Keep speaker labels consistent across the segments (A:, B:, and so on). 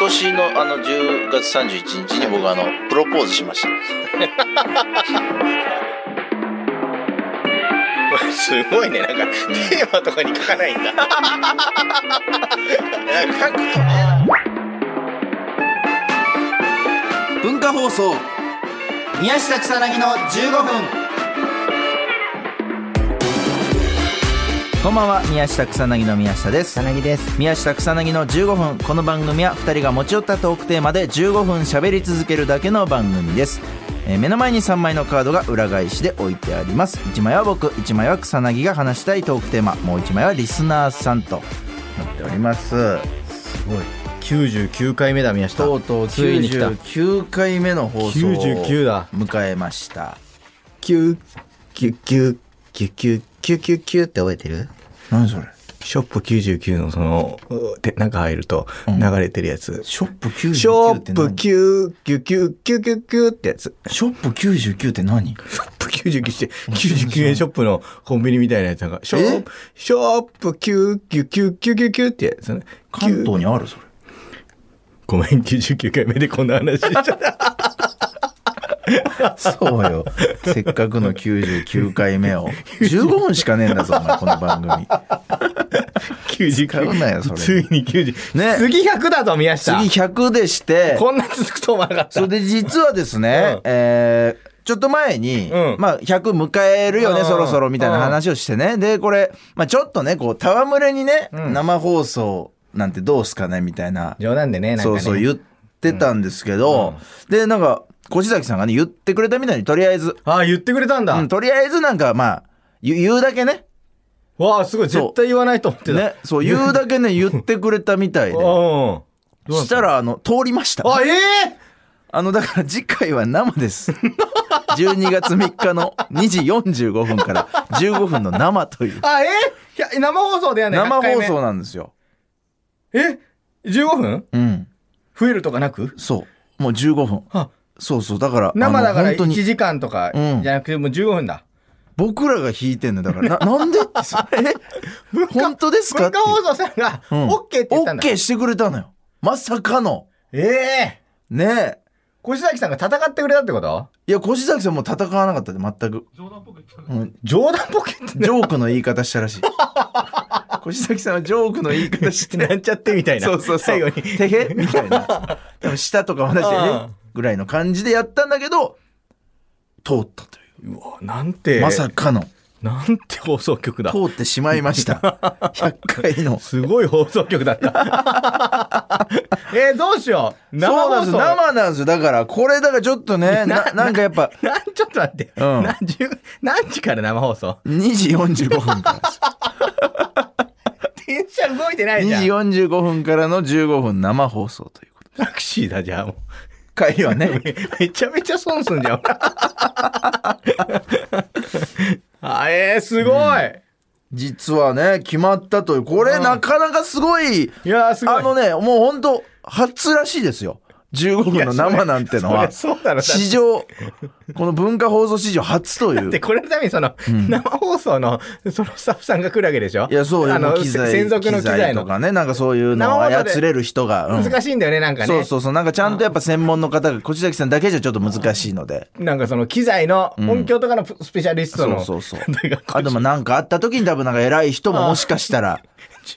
A: 年のあの10月31日に僕あのプロポーズしました
B: すごいねなんかテーマとかに書かないんだなんか書くとね
C: 文化放送宮下草薙の15分こんばんは宮下草薙の宮下です
D: 草薙です
C: 宮下草薙の15分この番組は2人が持ち寄ったトークテーマで15分喋り続けるだけの番組です、えー目の前に3枚のカードが裏返しで置いてあります1枚は僕1枚は草薙が話したいトークテーマもう1枚はリスナーさんとなっております
D: すごい99回目だ宮下
C: とうとう
D: ついに来た
C: 99回目の放送を
D: 99だ
C: 迎えました
D: キューキュキュキュキュキュキュキュって覚えてる
C: 何それ
D: ショップ99のそのうで中入ると流れてるやつ、
C: ショップ99
D: ショ
C: って
D: ップ
C: 何
D: 9、9、9、9、9、9ってやつ。
C: ショップ99って何
D: ショップ99して、99円ショップのコンビニみたいなやつなんか、ショップ、ショップ9、9、9、9、9ってやつね。
C: 関東
D: 9
C: にあるそれ
D: ごめん、99回目でこんな話しちゃった。
C: そうよ。せっかくの99回目を。15分しかねえんだぞ、お前、この番組。使うなよそ
D: 99。
C: れ
D: ついに90。
C: ね
D: 次100だぞ、宮
C: 次
D: 下。
C: 100でして、
D: こんな続くと思わなかっ
C: それ
D: た。
C: で実はですね、
D: うん
C: えーちょっと前に、
D: うん
C: まあ、100迎えるよね、
D: うん
C: そろそろ、みたいな話をしてね。で、これ、まあ、ちょっとね、こう、戯れにね、
D: うん
C: 生放送なんてどうすかね、みたいな。
D: 冗談でね、なんか
C: そ
D: ね。
C: うそう、言ってたんですけど、で、なんか、越崎さんがね、言ってくれたみたいに、とりあえず、
D: あ、言ってくれたんだ
C: うん。とりあえずなんか、まあ、言う言うだけね、
D: わあ、すごい。
C: そう
D: 絶対言わないと思ってた。
C: ね、そう、言うだけね、言ってくれたみたいで。
D: うん。
C: したら、あの、通りました。
D: あ、ええ
C: あの、だから次回は生です。12月3日の2時45分から15分の生と いう。
D: あ、ええひゃ生放送だよね。
C: 生
D: 100回
C: 放
D: 目
C: 送なんですよ。
D: え ?15 分
C: うん。
D: 増えるとかなく
C: そう。もう15分
D: あ。
C: そうそう。だから、
D: 生だから
C: あの本当
D: 1
C: に、
D: 時間とかじ
C: うん
D: ゃなくてもう15分だ。
C: 僕らが弾いてんのよだから、な、 なんでってそ れ、え本当ですか
D: 文
C: って
D: 化。放送さんが、
C: うん
D: OK って言ったんだ。
C: OK してくれたのよ。まさかの。
D: ええ
C: ねえ。
D: 越崎さんが戦ってくれたってこと
C: いや、越崎さんも戦わなかったって、全く。うん
D: 冗談ポケット
C: ジョークの言い方したらしい。 越崎さんはジョークの言い方して、
D: なんちゃってみたいな。
C: そうそうそう。
D: 最後に。
C: てへみたいな。多分舌とか話して
D: あ
C: ね、ぐらいの感じでやったんだけど、通ったという。
D: うわ、なんて、
C: まさかの、
D: なんて放送局だ。
C: 通ってしまいました。100回の。
D: すごい放送局だった。 えー、どうしよう。生
C: そうなん
D: 放
C: で
D: 送。
C: すよ生なんですよ。だから、これだからちょっとね、 ななんかやっぱ、
D: なんちょっと待って。
C: うん
D: 何時、何時から生放送
C: 2時45分 からです。
D: 電車動いてないじゃん。
C: 2時45分からの15分生放送ということで。
D: タクシーだじゃあもう。
C: 帰りは ね、
D: めめちゃめちゃ損すんじゃ ん。あえー、すごい、
C: 実はね、決まったという、これなかなかすごい、
D: いやー、すごい。
C: あのね、もう本当初らしいですよ。15分の生なんての
D: い
C: は
D: や。そりゃそうだろ、だって
C: 史上、この文化放送史上初とい
D: で、
C: う。
D: これのためにその、生放送の、そのスタッフさんが来るわけでしょ
C: いや、そう
D: あ
C: いう
D: の、
C: 機材、
D: せ専属の機材の
C: と。かね、なんかそういうのを
D: 生放送で
C: 操れる人が。うん
D: 難しいんだよね、なんかね。
C: そうそうそう、なんかちゃんとやっぱ専門の方が、越崎さんだけじゃちょっと難しいので。
D: なんかその機材の音響とかのプスペシャリスト
C: そ
D: の。
C: うそう そう。
D: だから
C: あともなんかあった時に多分なんか偉い人ももしかした ら、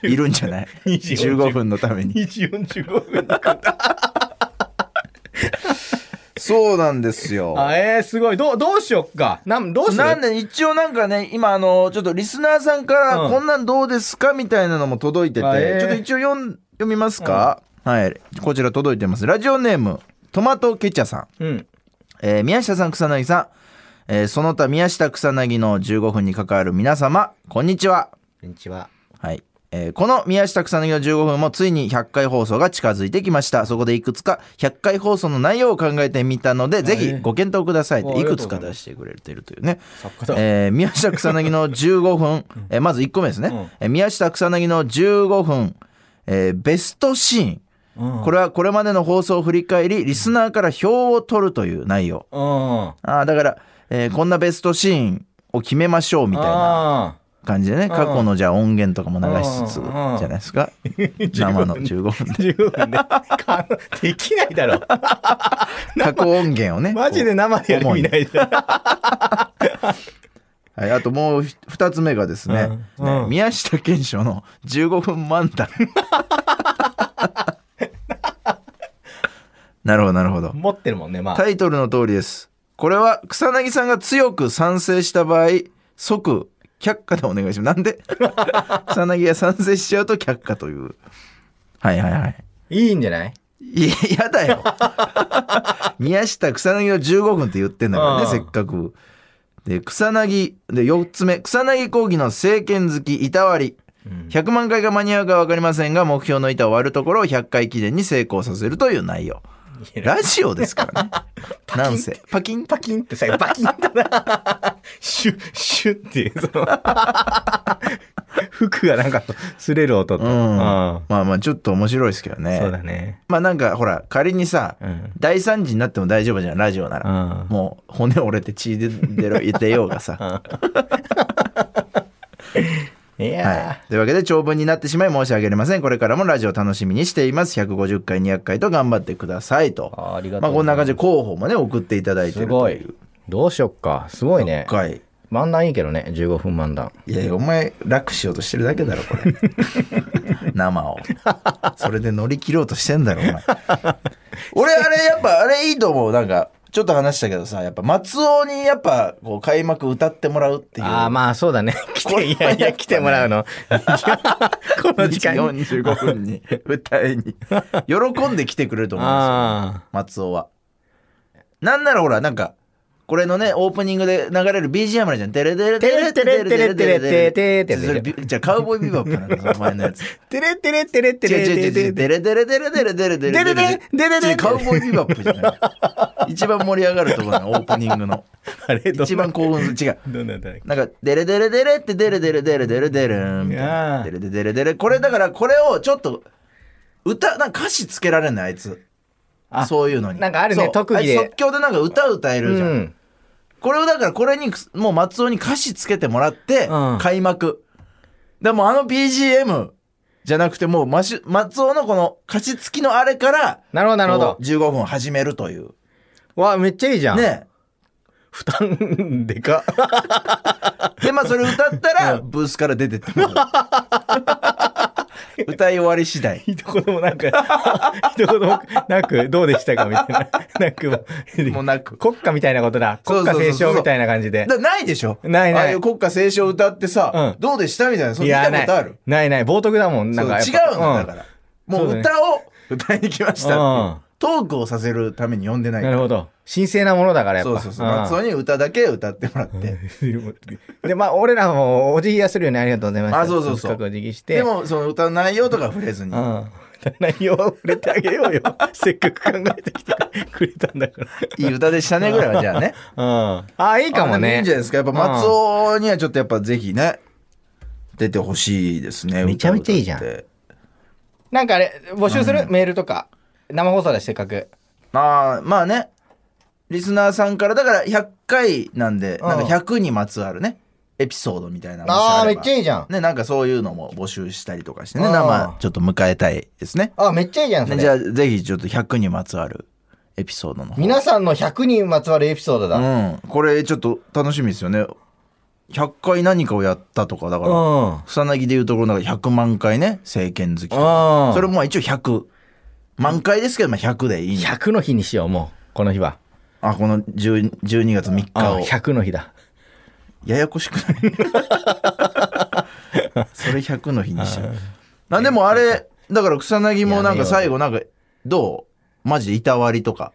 C: いるんじゃない
D: 20
C: ?15 分のた めに。
D: 2時45分だ。
C: そうなんですよ。
D: あ、えー、すごい。どう、どうしよっか。なん、どうする
C: なんで一応なんかね今あのちょっとリスナーさんか
D: う
C: ら
D: ん
C: こんなんどうですかみたいなのも届いてて、
D: あえー
C: ちょっと一応読ん読みますか、はいこちら届いてますラジオネームトマトケチャさん、
D: うん。
C: えー宮下さん草薙さん、えーその他宮下草薙の15分に関わる皆様こんにちは
D: こんにちは。
C: はい。えーこの宮下草薙の15分もついに100回放送が近づいてきました。そこでいくつか100回放送の内容を考えてみたので、ぜひご検討くださいと
D: あ
C: い
D: りがと
C: く
D: うご
C: つか
D: ざいます
C: 出してくれてるというね。
D: 作家だ
C: えー宮下草薙の15分、 えーまず1個目ですね。
D: ん
C: えー宮下草薙の15分、えーベストシーン。
D: うん
C: これはこれまでの放送を振り返り、リスナーから票を取るという内容。
D: うん。
C: あーだから、えーこんなベストシーンを決めましょうみたいな。
D: あ
C: 感じでね、過去のじゃあ音源とかも流しつつじ
D: うん
C: ゃないです か。生の15分で。
D: 15分で。かで きないだろ。
C: 過去音源をね。
D: マジで生でやる意味ないだろ。
C: はい、あともう2つ目がですね、
D: うんうん
C: ね宮下賢章の15分漫 談。なるほど、なるほど。
D: 持ってるもんね、まあ。
C: タイトルの通りです。これは草薙さんが強く賛成した場合、即却下でお願いします。なんで草薙が賛成しちゃうと却下という。はいはいはい。
D: いいんじゃない
C: いや、やだ よ。宮下草薙の15分って言ってんだから
D: う
C: ね、
D: ん
C: せっかく。で、草薙、で、4つ目、草薙講義の政権好き、いたわり。100万回が間に合うか分かりませんが、目標の板を割るところを100回記念に成功させるという内容。ラジオです からね。なんせ。パキン
D: パキンってさ、パキンだな。 シュッ、シュッっていう、その、 服がなんか、擦れる音と。
C: うん。まあまあ、ちょっと面白いですけど
D: うん
C: ね。
D: そうだね。
C: まあなんか、ほら、仮にさ、
D: うん。
C: 大惨事になっても大丈夫じゃん、ラジオな
D: う
C: ら。
D: ん。
C: もう、骨折れて血出ろ出ようがさ。
D: い
C: は
D: や
C: い、というわけで長文になってしまい申し訳ありませんこれからもラジオ楽しみにしています150回200回と頑張ってくださいと
D: ーありがと
C: ま
D: う
C: あ、
D: ご
C: こん
D: ざ
C: ない感
D: ます
C: じで候補もね送っていただいて
D: す
C: ると
D: ご
C: い。
D: いうどうしよっか。すごいね。
C: 回
D: 漫談いいけどね、15分漫談。
C: いやいやお前楽しようとしてるだけだろこ れ生をそれで乗り切ろうとしてんだろお 前俺あれやっぱあれいいと思うなんかちょっと話したけどさやっぱ松尾にやっぱこう開幕歌ってもらうっていう
D: ああ、まあそうだね。 来
C: これ
D: て、いやいや、来てもらうの。 この時間に。
C: 45分に歌いに喜んで来てくれると思うんですよ
D: あ
C: 松尾はなんならほらなんかこれのねオープニングで流れる BGM あるじゃんテレテレテレテレテレテレテレテレそれビじゃあカウボーイビバップなんだお前のやつ
D: あ。てれてれてれて
C: 違う
D: れ
C: 違う違
D: て
C: う
D: れて
C: テレテレテレテレテレテレテレ違うカウボーイビバップじゃない一番盛り上がるところのオープニングの
D: あれど
C: 一番興奮する違う
D: どんなんだっけ
C: なんか、デレデレデレってデレデレデレデレデレン。
D: いやー
C: デレデレデレデレ。これだから、これをちょっと、歌、なんか歌詞つけられないあいつ。
D: あ
C: そういうのに。
D: なんかあるね
C: そう
D: 特技で
C: あいつ即興でなんか歌歌え
D: う
C: るじゃん。
D: ん。
C: これをだから、これに、もう松尾に歌詞つけてもらって
D: うん、
C: 開幕。でもうあの BGM じゃなくて、もうマシュ松尾のこの歌詞付きのあれから、
D: なるほど、なるほ
C: こ
D: ど
C: う。15分始めるという。
D: わあ、めっちゃいいじゃん。
C: ね。
D: 負担でか。
C: で、まあ、それ歌ったら、ブースから出て ってもらう。歌い終わり次第。
D: 一言もなんか、 一言もなく、どうでしたかみたいな。なんか もう
C: もうなく
D: 国家みたいなことだ。
C: そう
D: 国
C: そう
D: 家
C: そうそう
D: 斉唱みたいな感じで。
C: だないでしょ
D: ないない
C: ああいう国歌斉唱歌ってさ、
D: うん
C: どうでしたみたいな、そ
D: い
C: れ見
D: や、
C: た
D: な
C: ことある
D: い。。ないない。冒涜だもん。なんかやっぱ。
C: そう違うんだ、だから。も
D: そう
C: う
D: だね
C: 歌を歌いに来ましたっていう
D: うん
C: トークをさせるために呼んでない
D: うん
C: か
D: なる
C: ら。
D: ほど。神聖なものだから、やっぱ。
C: そうそうそう。
D: ん
C: 松尾に歌だけ歌ってもらって。
D: でまあ俺らもお辞儀はするよねありがとうございました
C: あそうそうそう
D: 深くお辞儀して
C: でも、その歌の内容とか触れずに
D: う。ん内容は触れてあげようよせっかく考えてきてくれたんだから
C: いい歌でしたねぐらいはじゃあね。
D: うんあいいかも
C: あでい
D: ね
C: いんじゃないですか。やっぱ松尾にはちょっとやっぱぜひね、出てほしいですね。
D: めちゃめちゃいいじゃん
C: 歌を歌って
D: なんかあれ募集する、メールとか生放送だしせっかく
C: まあ、まあね。リスナーさんから、だから100回なんで、
D: うん
C: なんか100にまつわるね、エピソードみたいなのもし
D: ああめ
C: れば
D: っちゃいいじゃん
C: ね、なんかそういうのも募集したりとかしてね、
D: あー
C: 生ちょっと迎えたいですね。
D: あめっちゃいいじゃんそ
C: ね
D: れ
C: じゃあ、ぜひちょっと100にまつわるエピソードの方。
D: 皆さんの100人まつわるエピソードだ
C: うん。これちょっと楽しみですよね。100回何かをやったとか、だから、
D: ん
C: 草薙でいうところの100万回ね、政権好きと
D: う
C: か
D: ん。
C: それもまあ一応100。満回ですけど、まあ100でいいね。
D: 100の日にしようもうこの日は
C: あ、この10 12月3日
D: あ
C: を。
D: 100の日だ
C: ややこしくない それ100の日にしちゃう。なんでもあれ、だから草薙もなんか最後なんか、どうマジでいたわりとか。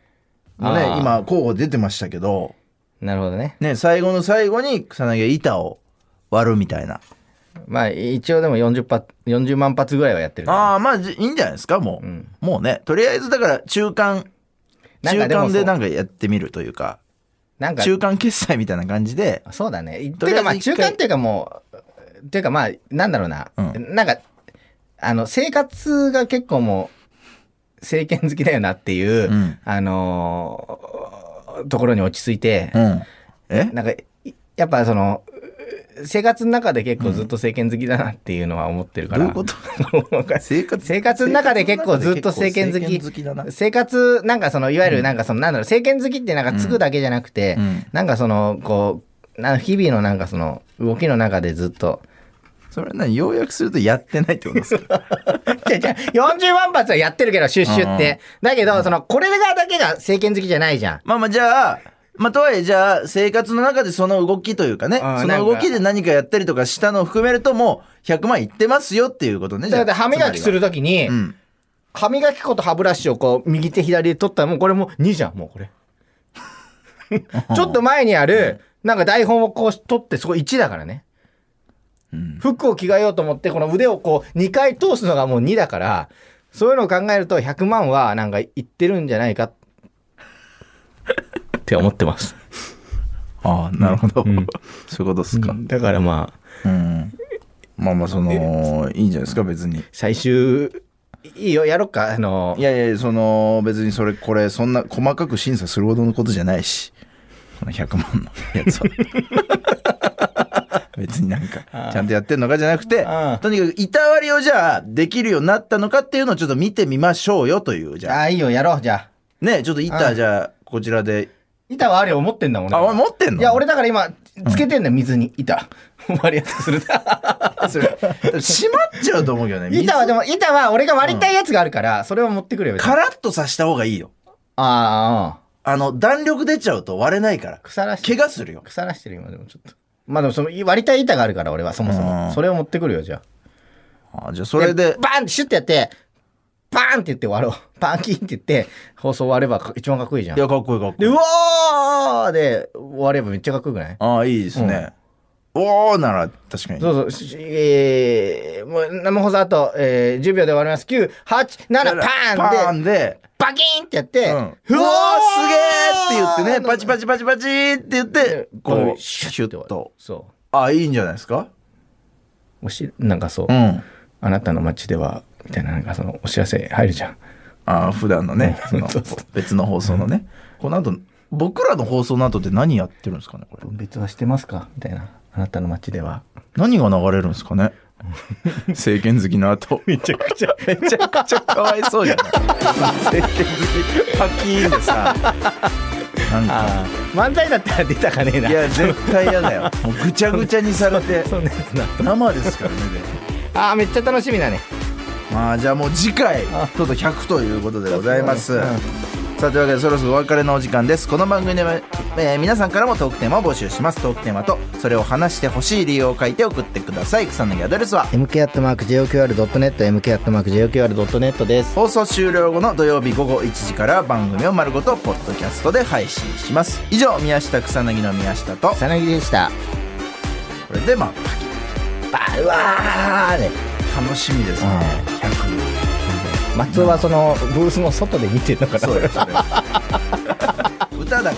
C: も
D: あ
C: ね、
D: ー
C: 今候補出てましたけど、
D: なるほどね
C: ね、最後の最後に草薙が板を割るみたいな。
D: まあ一応でも 40, 発40万発ぐらいはやってるから
C: ああ、まあじいいんじゃないですか、もう。
D: うん
C: もうね、とりあえずだから中間、
D: なん
C: 中
D: かでもそう
C: 間でなんかやってみるというか、
D: なんか
C: 中間決済みたいな感じ で、
D: そうだね。
C: と
D: て
C: りあえず
D: かまあ
C: 一回
D: 中間っていうかもう、っていうかまあなんだろうな。
C: うん
D: なんか、あの生活が結構もう、政権好きだよなっていう、
C: うん
D: あのーところに落ち着いて
C: う、ん。え
D: なんか、いやっぱその、生活の中で結構ずっと政権好きだなっていうのは思ってるから。
C: どういうこと
D: わかんない
C: 生活
D: 生活の中で結構ずっと政権好き
C: 政権だな
D: 生活、なんかその、いわゆるなんかその、なんだろう、政権好きってなんかつくだけじゃなくて、
C: うん
D: なんかその、こう、な日々のなんかその、動きの中でずっ と。
C: それは何要約するとやってないってことです か
D: じゃじゃ40万発はやってるけど、シュッシュって。だけど、その、これがだけが政権好きじゃないじゃん。
C: まあまあじゃあまあとはいえじゃあ生活の中でその動きというかね
D: あー
C: その動きで何かやったりとかしたのを含めるともう100万いってますよっていうことねじゃ
D: だ
C: あ
D: って歯磨きするときに、
C: つまりはうん
D: 歯磨き粉と歯ブラシをこう右手左で取ったらもうこれもう2じゃんもう これちょっと前にあるなんか台本をこう取ってそこ1だからね、服を着替えようと思ってこの腕をこう2回通すのがもう2だからそういうのを考えると100万はなんかいってるんじゃないかって思ってます
C: ああなるほど、
D: ん
C: そういうことですか
D: だからま
C: う
D: あ
C: んまあまあそのいいんじゃないですか別に
D: 最終いいよやろっかあの
C: いやいやその別にそれこれそんな細かく審査するほどのことじゃないしこの100万のやつは 別になんかちゃんとやってんのかじゃなくて
D: うん
C: とにかくいたわりをじゃあできるようになったのかっていうのをちょっと見てみましょうよというじ
D: あ
C: ゃあ
D: あいいよやろうじゃあ
C: ねちょっと
D: う
C: 板
D: ん
C: じゃあこちらで
D: 板はあるよ思ってんだもん
C: あ俺持ってんの
D: いや、俺だから今、つけてんだよ、水に。板。割りやすくす る。
C: それ閉まっちゃうと思うけどね水
D: 板はでも、板は俺が割りたいやつがあるから、それを持ってくれよ。別に
C: カラッとさした方がいいよ
D: ああ、
C: あの弾力出ちゃうと割れないから
D: 腐らして
C: 怪我するよ
D: 腐らしてる今でもちょっと。まあでもその割りたい板があるから俺はそもそうも。
C: ん
D: それを持ってくるよ、じゃあ。
C: あじゃあそれで
D: バーンってシュッてやって、バーンって言って終わろう。バーンキーンって言って、放送終われば一番かっこいいじゃん。
C: い
D: で、
C: やかっこいいかっこいいう
D: おーで終わればめっちゃかっこよくない
C: ああ、いいですね。おおなら、確かに。
D: そうそうし、えー、もう生放送あと、えー、10秒で終わります。9、8、7、パ
C: パ
D: ーンで
C: ー、ンで、
D: バキーンってやって、
C: う、
D: うん
C: う
D: わ
C: わ
D: ー
C: ーすげえって言ってね、パチパ
D: チ
C: チパチパチって言って、こう、シュッと。
D: そ
C: あ、いいんじゃないですか
D: うおしなんかそう、
C: うん。
D: あなたの街ではみたいななんかそのお知らせ入るじゃん
C: ああ、普段のね、その
D: そうそう
C: 別の放送のね。この後、僕らの放送の後って何やってるんですかね、これ。
D: 分別はしてますかみたいなあなたの街では
C: 何が流れるんですかね政権好きの後。めちゃくち ゃ、めちゃくちゃかわいそうじゃない政権好き、パキーンでさ、なんか。
D: ああ漫才だったら出たかねえない
C: や絶対嫌だよもうぐちゃぐちゃにされて
D: そんなやつな
C: 生ですからね
D: ああめっちゃ楽しみだね
C: でまあじゃあもう次回ちょっと100ということでございます、さあというわけでそろそろお別れのお時間ですこの番組では、えー皆さんからもトークテーマを募集しますトークテーマとそれを話してほしい理由を書いて送ってください草薙アドレスは
D: mk.joqr.net mk.joqr.net です
C: 放送終了後の土曜日午後1時から番組を丸ごとポッドキャストで配信します以上宮下草薙の宮下とこ
D: さなぎでした
C: れでまあ
D: バーうわーね
C: 楽しみですね100
D: 松尾はそのブースの外で見てるのかな
C: そうです歌だから